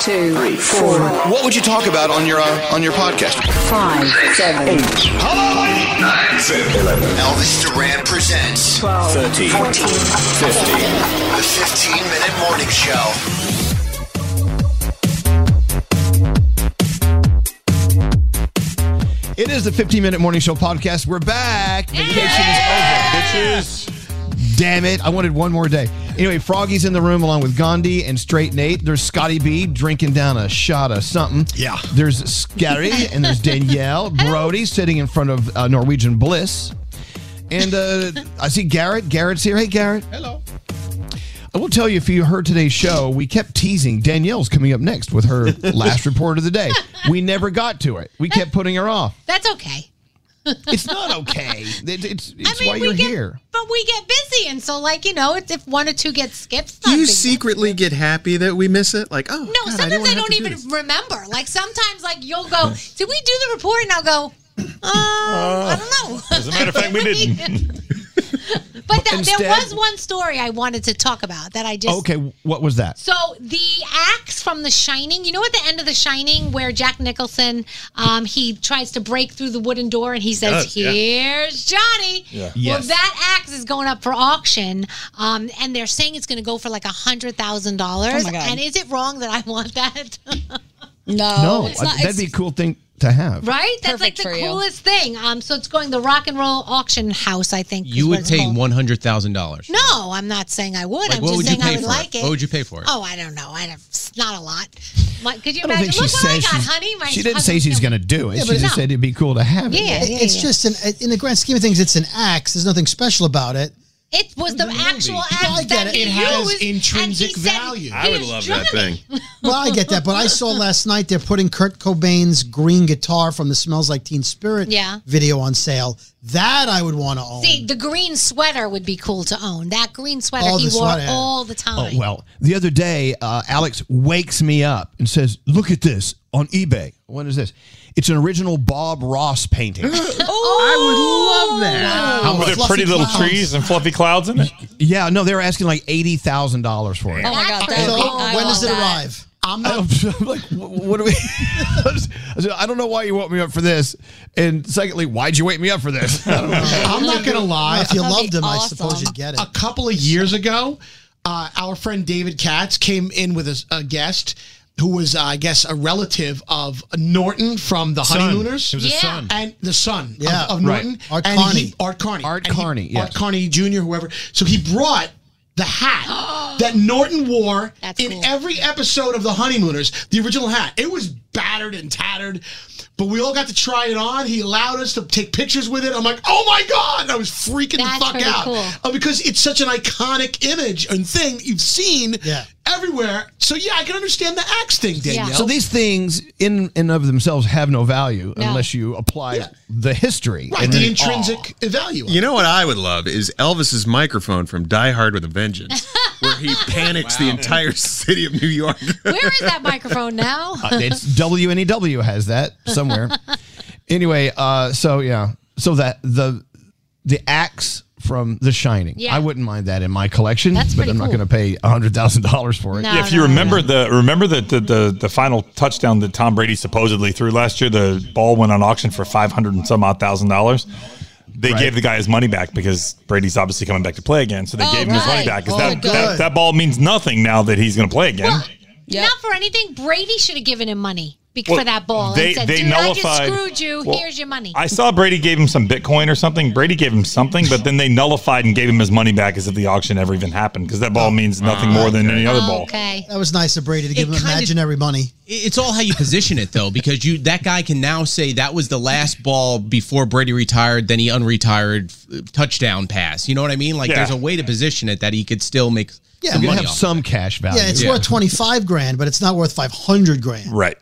two, three, four, What would you talk about on your uh, on your podcast? five, seven, eight, Hello, nine, eleven. Elvis Duran presents 12, 13, 14, the 15 minute morning show. It is the 15 minute morning show podcast. We're back. Vacation is over, bitches. Damn it. I wanted one more day. Anyway, Froggy's in the room along with Gandhi and Straight Nate. There's Scotty B drinking down a shot of something. Yeah. There's Scary and there's Danielle. Brody sitting in front of uh, Norwegian Bliss. And uh, I see Garrett. Garrett's here. Hey, Garrett. Hello. I will tell you if you heard today's show, we kept teasing Danielle's coming up next with her last report of the day. We never got to it. We kept putting her off. That's okay. It's not okay. It- it's it's I mean, why we you're get, here. but we get busy, and so like you know, it's if one or two get skipped, it's Do not you big- secretly get happy that we miss it? Like, oh, No, sometimes I don't even remember. Like sometimes, like you'll go, did we do the report? And I'll go, uh, I don't know. As a matter of fact, we didn't. But th- Instead- there was one story I wanted to talk about that I just Okay, what was that? So the axe from The Shining, you know, at the end of The Shining, where Jack Nicholson, um, he tries to break through the wooden door, and he says, does, yeah. "Here's Johnny." Yeah. Yes. Well, that axe is going up for auction, um, and they're saying it's going to go for like a hundred thousand dollars. Oh my God. And is it wrong that I want that? no, uh, it's not- that'd be a cool thing to have. right? That's like Perfect for the you. coolest thing. Um, so it's going the Rock and Roll Auction House, I think. is You what would it's pay called. one hundred thousand dollars. No, I'm not saying I would. Like, I'm what just would you saying I pay would for like it? it. What would you pay for it? Oh, I don't know. I don't, it's not a lot. Like, could you I don't think imagine? she Look what I says got, she's- honey. My She didn't husband- say she's going to do it. she but just no. said it'd be cool to have it. Yeah, yeah, It's yeah. just an in the grand scheme of things, it's an axe. There's nothing special about it. It was the actual act I get that it. he It has used, intrinsic and he said value. he I is thing. Well, I get that, but I saw last night they're putting Kurt Cobain's green guitar from the Smells Like Teen Spirit Yeah. video on sale. That I would want to own. See, the green sweater would be cool to own. That green sweater All he the wore sweater. all the time. Oh, well, the other day, uh, Alex wakes me up and says, Look at this on eBay. What is this? It's an original Bob Ross painting. oh, I would love that. How much? Were there pretty little Fluffy clouds. trees and fluffy clouds in it? Yeah, no, they were asking like eighty thousand dollars for it. Oh my God, that So, would be- I when does want it that. arrive? I'm, like, wh- what do we? I said, I don't know why you woke me up for this. And secondly, why'd you wake me up for this? I don't know. I'm not gonna lie. If you That'd loved be him, I awesome. suppose you'd get it. A couple of years ago, uh, our friend David Katz came in with a, a guest who was, uh, I guess, a relative of Norton from the Son. Honeymooners. He was a Yeah. son. and the son of- Yeah. of, Norton. Right. Art and Carney. he- Art Carney. Art Carney, yes. Art Carney Jr. Whoever. So he brought the hat that Norton wore in every episode of the Honeymooners. The original hat. It was battered and tattered. But we all got to try it on. He allowed us to take pictures with it. I'm like, oh my God! I was freaking That's the fuck pretty out. cool. Uh, because it's such an iconic image and thing that you've seen everywhere. So yeah, I can understand the axe thing, Danielle. So these things, in and of themselves, have no value No. unless you apply the history. right, and the then- intrinsic value. You know what I would love is Elvis's microphone from Die Hard with a Vengeance, where he panics the entire city of New York. Where is that microphone now? Uh, it's WNEW has that somewhere. anyway, uh, so yeah, so that the the axe from The Shining, Yeah. I wouldn't mind that in my collection, That's but pretty I'm not cool. going to pay hundred thousand dollars for it. No, yeah, if you remember the remember the, the the the final touchdown that Tom Brady supposedly threw last year, the ball went on auction for five hundred and some odd thousand dollars. They gave the guy his money back because Brady's obviously coming back to play again, so they Oh, gave him his money right. back. 'cause Oh, that, good. that that ball means nothing now that he's going to play again. Not for anything. Brady should have given him money bec- Well, for that ball. they- and said, they Dude, I just nullified- screwed you. well, Here's your money. I saw Brady gave him some Bitcoin or something. Brady gave him something, but then they nullified and gave him his money back as if the auction ever even happened because that Oh. ball means nothing more than any other ball. Okay. That was nice of Brady to give him kinda- imaginary money. It's all how you position it, though, because you that guy can now say that was the last ball before Brady retired. Then he unretired f- touchdown pass. You know what I mean? Like Yeah. there's a way to position it that he could still make Yeah, some you money have off some of it. cash Yeah, it's worth twenty five grand, but it's not worth five hundred grand. Right.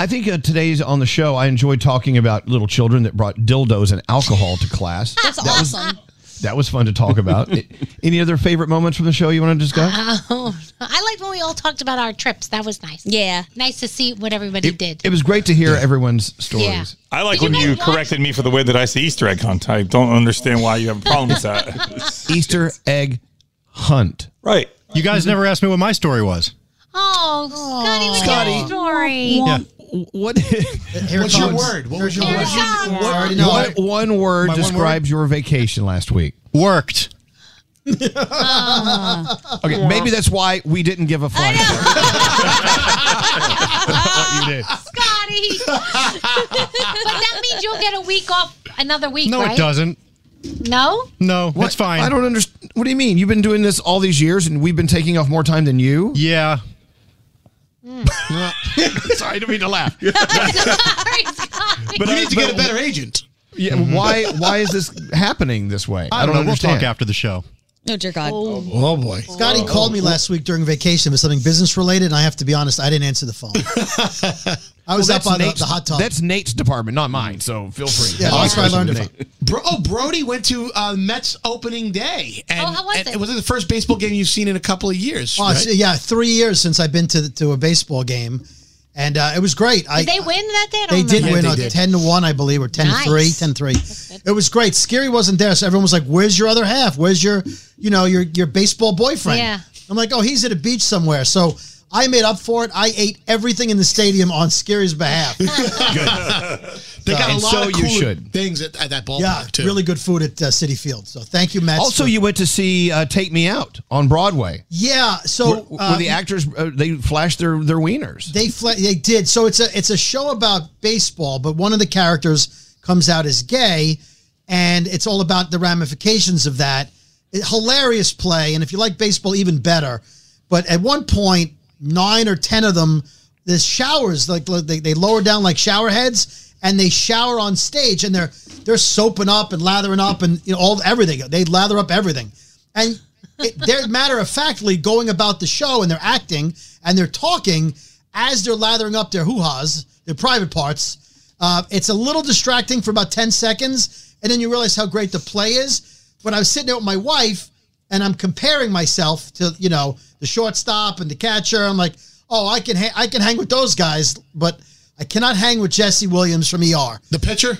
I think uh, today's on the show, I enjoyed talking about little children that brought dildos and alcohol to class. That's awesome. That was fun to talk about. I- Any other favorite moments from the show you want to discuss? Oh, I liked when we all talked about our trips. That was nice. Yeah. Nice to see what everybody did. It was great to hear everyone's stories. Yeah. I like when you corrected me for the way that I see Easter egg hunt. I don't understand why you have a problem with that. Easter egg hunt. Right. You guys never asked me what my story was. Oh, Scotty, with Scotty. your story. Yeah. What? What's your word? What was your What- word? what one word My one describes your vacation last week? Worked. Okay, maybe that's why we didn't give a flying. you did. Scotty. but that means you'll get a week off another week, No, right? it doesn't. No? No, that's fine. I don't understand. What do you mean? You've been doing this all these years, and we've been taking off more time than you. Yeah. Mm. Sorry, I didn't mean to laugh. Oh. But you I- need to but- get a better agent. Yeah, why? Why is this happening this way? Mm-hmm. I don't know. We'll talk after the show. No, dear God. Oh, Oh boy. Scotty called me last week during vacation with something business related, and I have to be honest, I didn't answer the phone. I was up on the, the hot tub. That's Nate's department, not mine. So feel free. Yeah, that's where I learned it from. Bro, oh, Brody went to uh, Mets opening day. And, oh, how was it? It was the first baseball game you've seen in a couple of years. Oh, right? it's- yeah, three years since I've been to to a baseball game, and uh, it was great. I, Did they win that day? I They don't did remember. win a 10 to 1, I believe, or 10 to 3, Nice. 10 3. It was great. Scary wasn't there, so everyone was like, Where's your other half? Where's your, you know, your your baseball boyfriend? Yeah. I'm like, Oh, he's at a beach somewhere. So I made up for it. I ate everything in the stadium on Scary's behalf. They got And a lot so of you cool should. things at, at that ballpark, yeah, too. really good food at uh, City Field. So thank you, Matt. Also, you went to see uh, Take Me Out on Broadway. yeah. So um, were, were the actors uh, they flashed their their wieners? They fla- they did. So it's a it's a show about baseball, but one of the characters comes out as gay, and it's all about the ramifications of that. It- hilarious play, and if you like baseball, even better. But at one point, nine or ten of them, there's showers like like, they, they lower down like shower heads, and they shower on stage, and they're they're soaping up and lathering up, and you know all everything. They lather up everything, and it, they're matter of factly going about the show and they're acting and they're talking as they're lathering up their hoo ha's, their private parts. Uh, it's a little distracting for about 10 seconds. And then you realize how great the play is. But I was sitting there with my wife and I'm comparing myself to, you know, the shortstop and the catcher. I'm like, oh, I can, ha- I can hang with those guys, but I cannot hang with Jesse Williams from ER. The pitcher?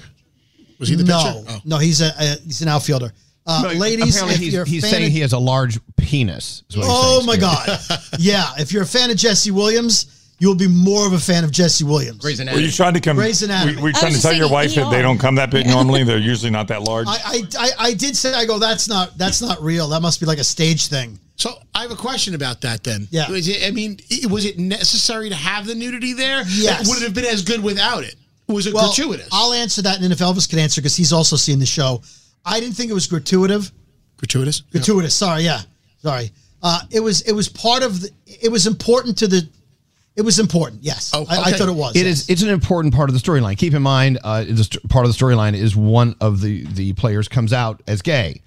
Was he the no, pitcher? Oh. No, he's a, a he's an outfielder. Uh, No, ladies, apparently if he's, you're a he's fan saying of- he has a large penis. is what he's Oh saying, my Spears. God! yeah, if you're a fan of Jesse Williams, you will be more of a fan of Jesse Williams. Grey's Were you trying to come? Grey's Anatomy. Were, were you trying to tell your wife that E they don't come that big normally? They're usually not that large. I, I, I did say I go. That's not that's not real. That must be like a stage thing. So I have a question about that then. Yeah. Was it, I mean, i- was it necessary to have the nudity there? Yes. Would it have been as good without it? Was it Well, gratuitous? I'll answer that, and if Elvis can answer because he's also seen the show. I didn't think it was gratuitous. Gratuitous. Gratuitous. Sorry. Yeah. Sorry. Uh, it was. It was part of. The, it was important to the. It was important. Yes. Oh, I, I thought it was. It yes. is- It's an important part of the storyline. Keep in mind, uh, the st- part of the storyline is one of the the players comes out as gay.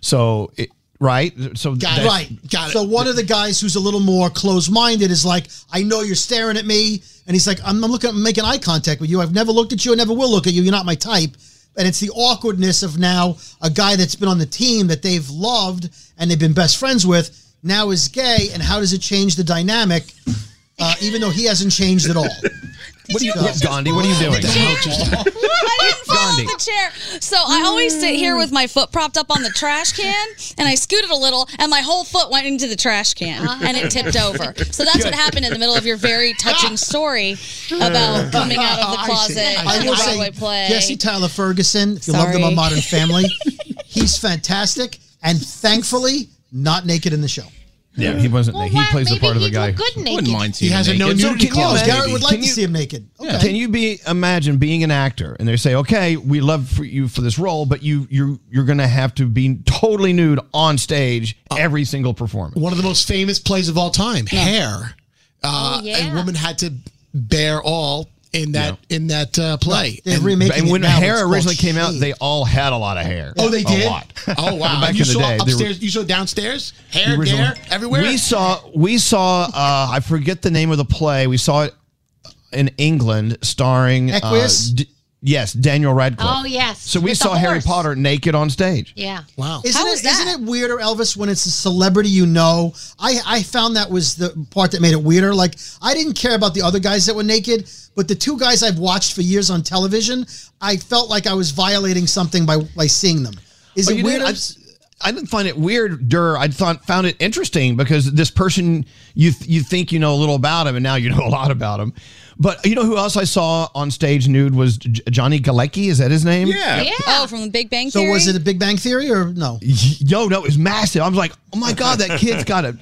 So it, right. So that- Right. Got it. So one of the guys who's a little more closed-minded is like, "I know you're staring at me," and he's like, "I'm, I'm looking, I'm making eye contact with you. I've never looked at you. I never will look at you. You're not my type." And it's the awkwardness of now a guy that's been on the team that they've loved and they've been best friends with now is gay, and how does it change the dynamic? Uh, even though he hasn't changed at all. What are you, what, Gandhi? What are you doing? I didn't fall off Gandhi. the chair. So I always sit here with my foot propped up on the trash can, and I scooted a little, and my whole foot went into the trash can, Uh-huh. and it tipped over. So that's what happened in the middle of your very touching story about coming out of the Uh, I see. closet I and the will say, Broadway play. Jesse Tyler Ferguson, if you love him Sorry. on Modern Family, he's fantastic and thankfully not naked in the show. Yeah, he wasn't. he plays the part of a guy. good who- naked. Wouldn't mind seeing He him has a naked. no So nudity can you clause, imagine- Garrett would like can to you- see him naked. Okay. Can you be imagine being an actor and they say, "Okay, we love for you for this role, but you you you're going to have to be totally nude on stage every single performance." One of the most famous plays of all time, Hair. Uh, A woman had to bear all in that in that uh, play. And- and when hair originally came out, they all had a lot of hair. Oh, they A did. lot. Oh wow! Back you in the saw day, they were- upstairs. you saw downstairs. Hair, The original- there, everywhere. We saw, we saw. Uh, I forget the name of the play. We saw it in England, starring uh, Equus? D- yes, Daniel Radcliffe. Oh, yes, So we with the saw Harry horse. Potter naked on stage. Yeah. Wow. Isn't, it, not it weirder, Elvis, when it's a celebrity you know? I, I found that was the part that made it weirder. Like, I didn't care about the other guys that were naked, but the two guys I've watched for years on television, I felt like I was violating something by, by seeing them. Is Oh, it you didn't- weirder? I, I didn't find it weirder. I thought found it interesting because this person you th- you think you know a little about him, and now you know a lot about him. But you know who else I saw on stage nude was J- Johnny Galecki. Is that his name? Oh, from the Big Bang So Theory. was it a Big Bang Theory or no? Yo, no, it was massive. I was like, oh my god, that kid's got a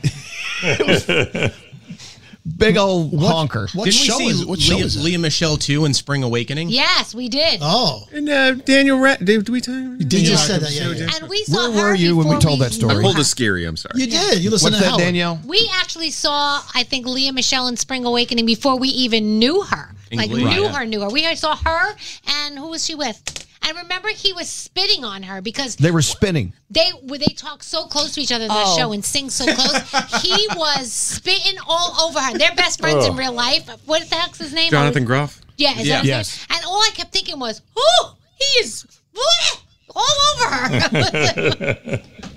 big old honker. Didn't we see Leah, Leah Michelle too in Spring Awakening? Yes, we did. Oh. And uh, Daniel, Ra- did we time? You just said that, yeah, yeah. And we saw Where were you when we told that story? I pulled a scary. I'm sorry. You did. You listened What's to that, Howard. Danielle? We actually saw, I think, Leah Michelle in Spring Awakening before we even knew her. Like England. knew Right. her, knew her. We saw her, and who was she with? And remember, he was spitting on her because They were spinning. they were they talk so close to each other in that Oh. show and sing so close. he was spitting all over her. They're best friends in Ugh. real life. What the heck's his name? Jonathan Groff. Yeah, is that his Yes. name? And all I kept thinking was, "Oh, he is bleh, all over her."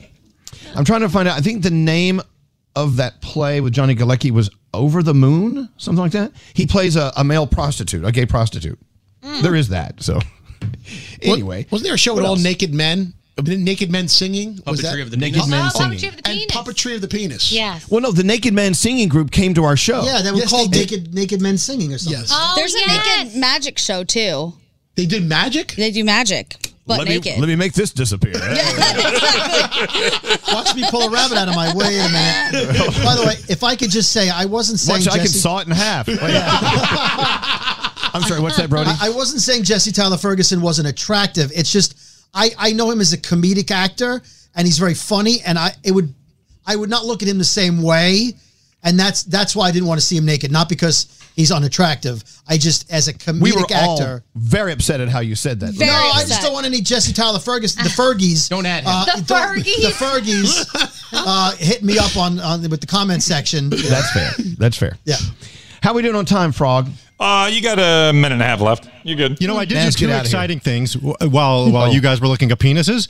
I'm trying to find out. I think the name of that play with Johnny Galecki was Over the Moon, something like that. He plays a, a male prostitute, a gay prostitute. There is that. So anyway, wasn't there a show what with all else? naked men? Naked men singing. was that Puppetry of the Naked Penis. men Oh, Puppetry singing. of the penis. And puppetry of the penis. Yes. Well, no, the Naked Man singing group came to our show. Yeah, they were Yes, called they did. naked, naked Men Singing or something. Oh, There's Yes. a naked magic show too. They do magic. They do magic, but let naked. Me, let me make this disappear. Watch me pull a rabbit out of my. Wait a minute. By the way, if I could just say, I wasn't saying Watch, I can Jesse- saw it in half. Wait. I'm sorry. What's that, Brody? I, I wasn't saying Jesse Tyler Ferguson wasn't attractive. It's just I, I know him as a comedic actor and he's very funny and I it would I would not look at him the same way. And that's that's why I didn't want to see him naked, not because he's unattractive. I just as a comedic we were all actor. very upset at how you said that. no, I just don't want any Jesse Tyler Ferguson, the Fergies. don't add him. The The Fergies uh, hit me up on, on with the comment section. That's fair. That's fair. Yeah. How we doing on time, Frog? Uh, you got a minute and a half left. You're good. You know, I did Let's do get two outta here. exciting things w- while while Oh. you guys were looking up penises.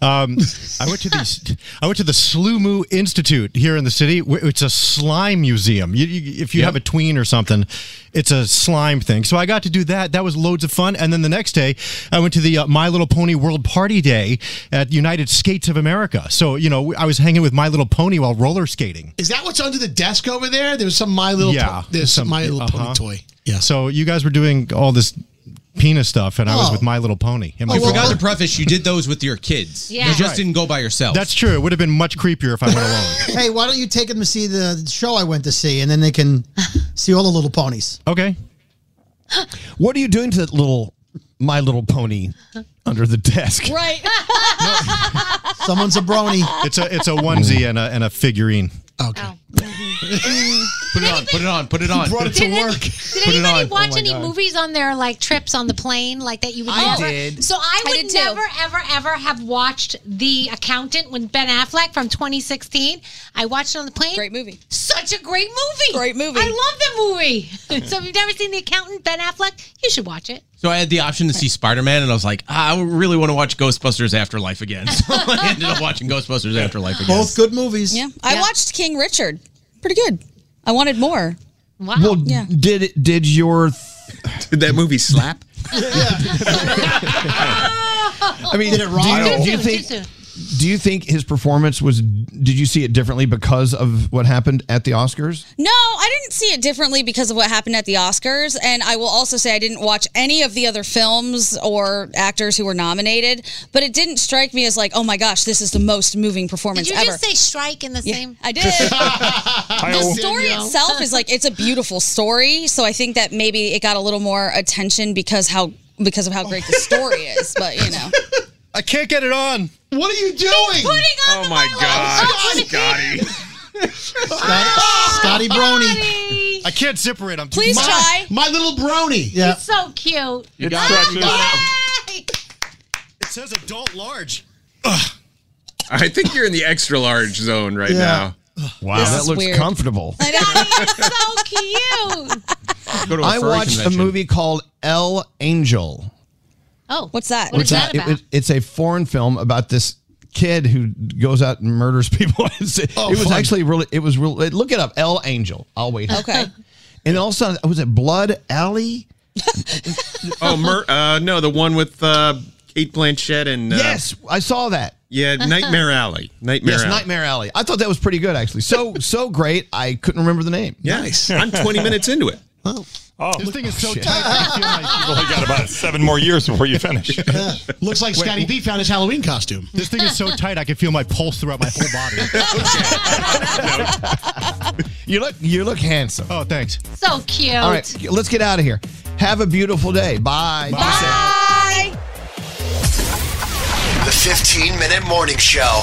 Um, I went to the I went to the Slumu Institute here in the city. wh- It's a slime museum. You, you, if you have a tween or something, it's a slime thing. So I got to do that. That was loads of fun. And then the next day, I went to the uh, My Little Pony World Party Day at United Skates of America. So you know, I was hanging with My Little Pony while roller skating. Is that what's under the desk over there? There was some My Little Yeah, Po- there's some some- My Little Pony uh-huh. toy. Yeah. So you guys were doing all this penis stuff, and I was Oh. with My Little Pony. And my you brother. forgot to preface you did those with your kids. Yeah. You just That's right. didn't go by yourself. That's true. It would have been much creepier if I went alone. hey, why don't you take them to see the show I went to see, and then they can see all the little ponies. Okay. What are you doing to that little My Little Pony under the desk? Right. Someone's a brony. It's a it's a onesie and a and a figurine. Okay. Put it on. Put it on. Put it on. did any- did Put it anybody on. watch Oh my any God. movies on their like trips on the plane, like that you would I never? did. So I I would did too. never, ever, ever have watched The Accountant when Ben Affleck from 2016. I watched it on the plane. Great movie. Such a great movie. Great movie. I love that movie. so if you've never seen The Accountant, Ben Affleck, you should watch it. So I had the option to see Spider Man, and I was like, ah, I really want to watch Ghostbusters Afterlife again. So I ended up watching Ghostbusters Afterlife again. Both good movies. Yeah. I watched King Richard. Pretty good. I wanted more. Wow. Well, did it? Did your did that movie slap? I mean, Did it Do wrong? you, Too do you soon, too soon. think? Do you think his performance was? Did you see it differently because of what happened at the Oscars? No, I didn't see it differently because of what happened at the Oscars. And I will also say I didn't watch any of the other films or actors who were nominated, but it didn't strike me as like, oh my gosh, this is the most moving Did performance you ever. just say strike in the same? I did. the story itself is like it's a beautiful story, so I think that maybe it got a little more attention because how because of how great the story is. But you know, I can't get it on. What are you doing? oh my God, Scotty! Scotty Brony. I can't zipper it. I'm Please My- try. My little brony. Yeah. He's so cute. You Ah, got it. yay! It says adult large. I think you're in the extra large zone right Yeah. now. Wow, that looks comfortable. so cute. to a I furry watched convention. a movie called El Angel. Oh, what's that? Which I- it was- it's a foreign film about this kid who goes out and murders people. It's- Oh, it was fun. actually really. It was real. Look it up. El Angel. I'll wait. Okay. And all of a sudden, was it Blood Alley? Oh, Mer- uh, no, the one with uh, Kate Blanchett and uh, Yes, I saw that. yeah, Nightmare Alley. Nightmare. yes, Alley. Nightmare Alley. I thought that was pretty good actually. So so great. I couldn't remember the name. Yeah. I'm 20 minutes into it. Oh, this thing is so shit. tight. I feel like You've only got about seven more years before you finish. Looks like Wait, Scotty B found his Halloween costume. this thing is so tight. I can feel my pulse throughout my whole body. You look you look handsome. Oh, thanks. So cute. All right, let's get out of here. Have a beautiful day. Bye. Bye. The 15 minute morning show.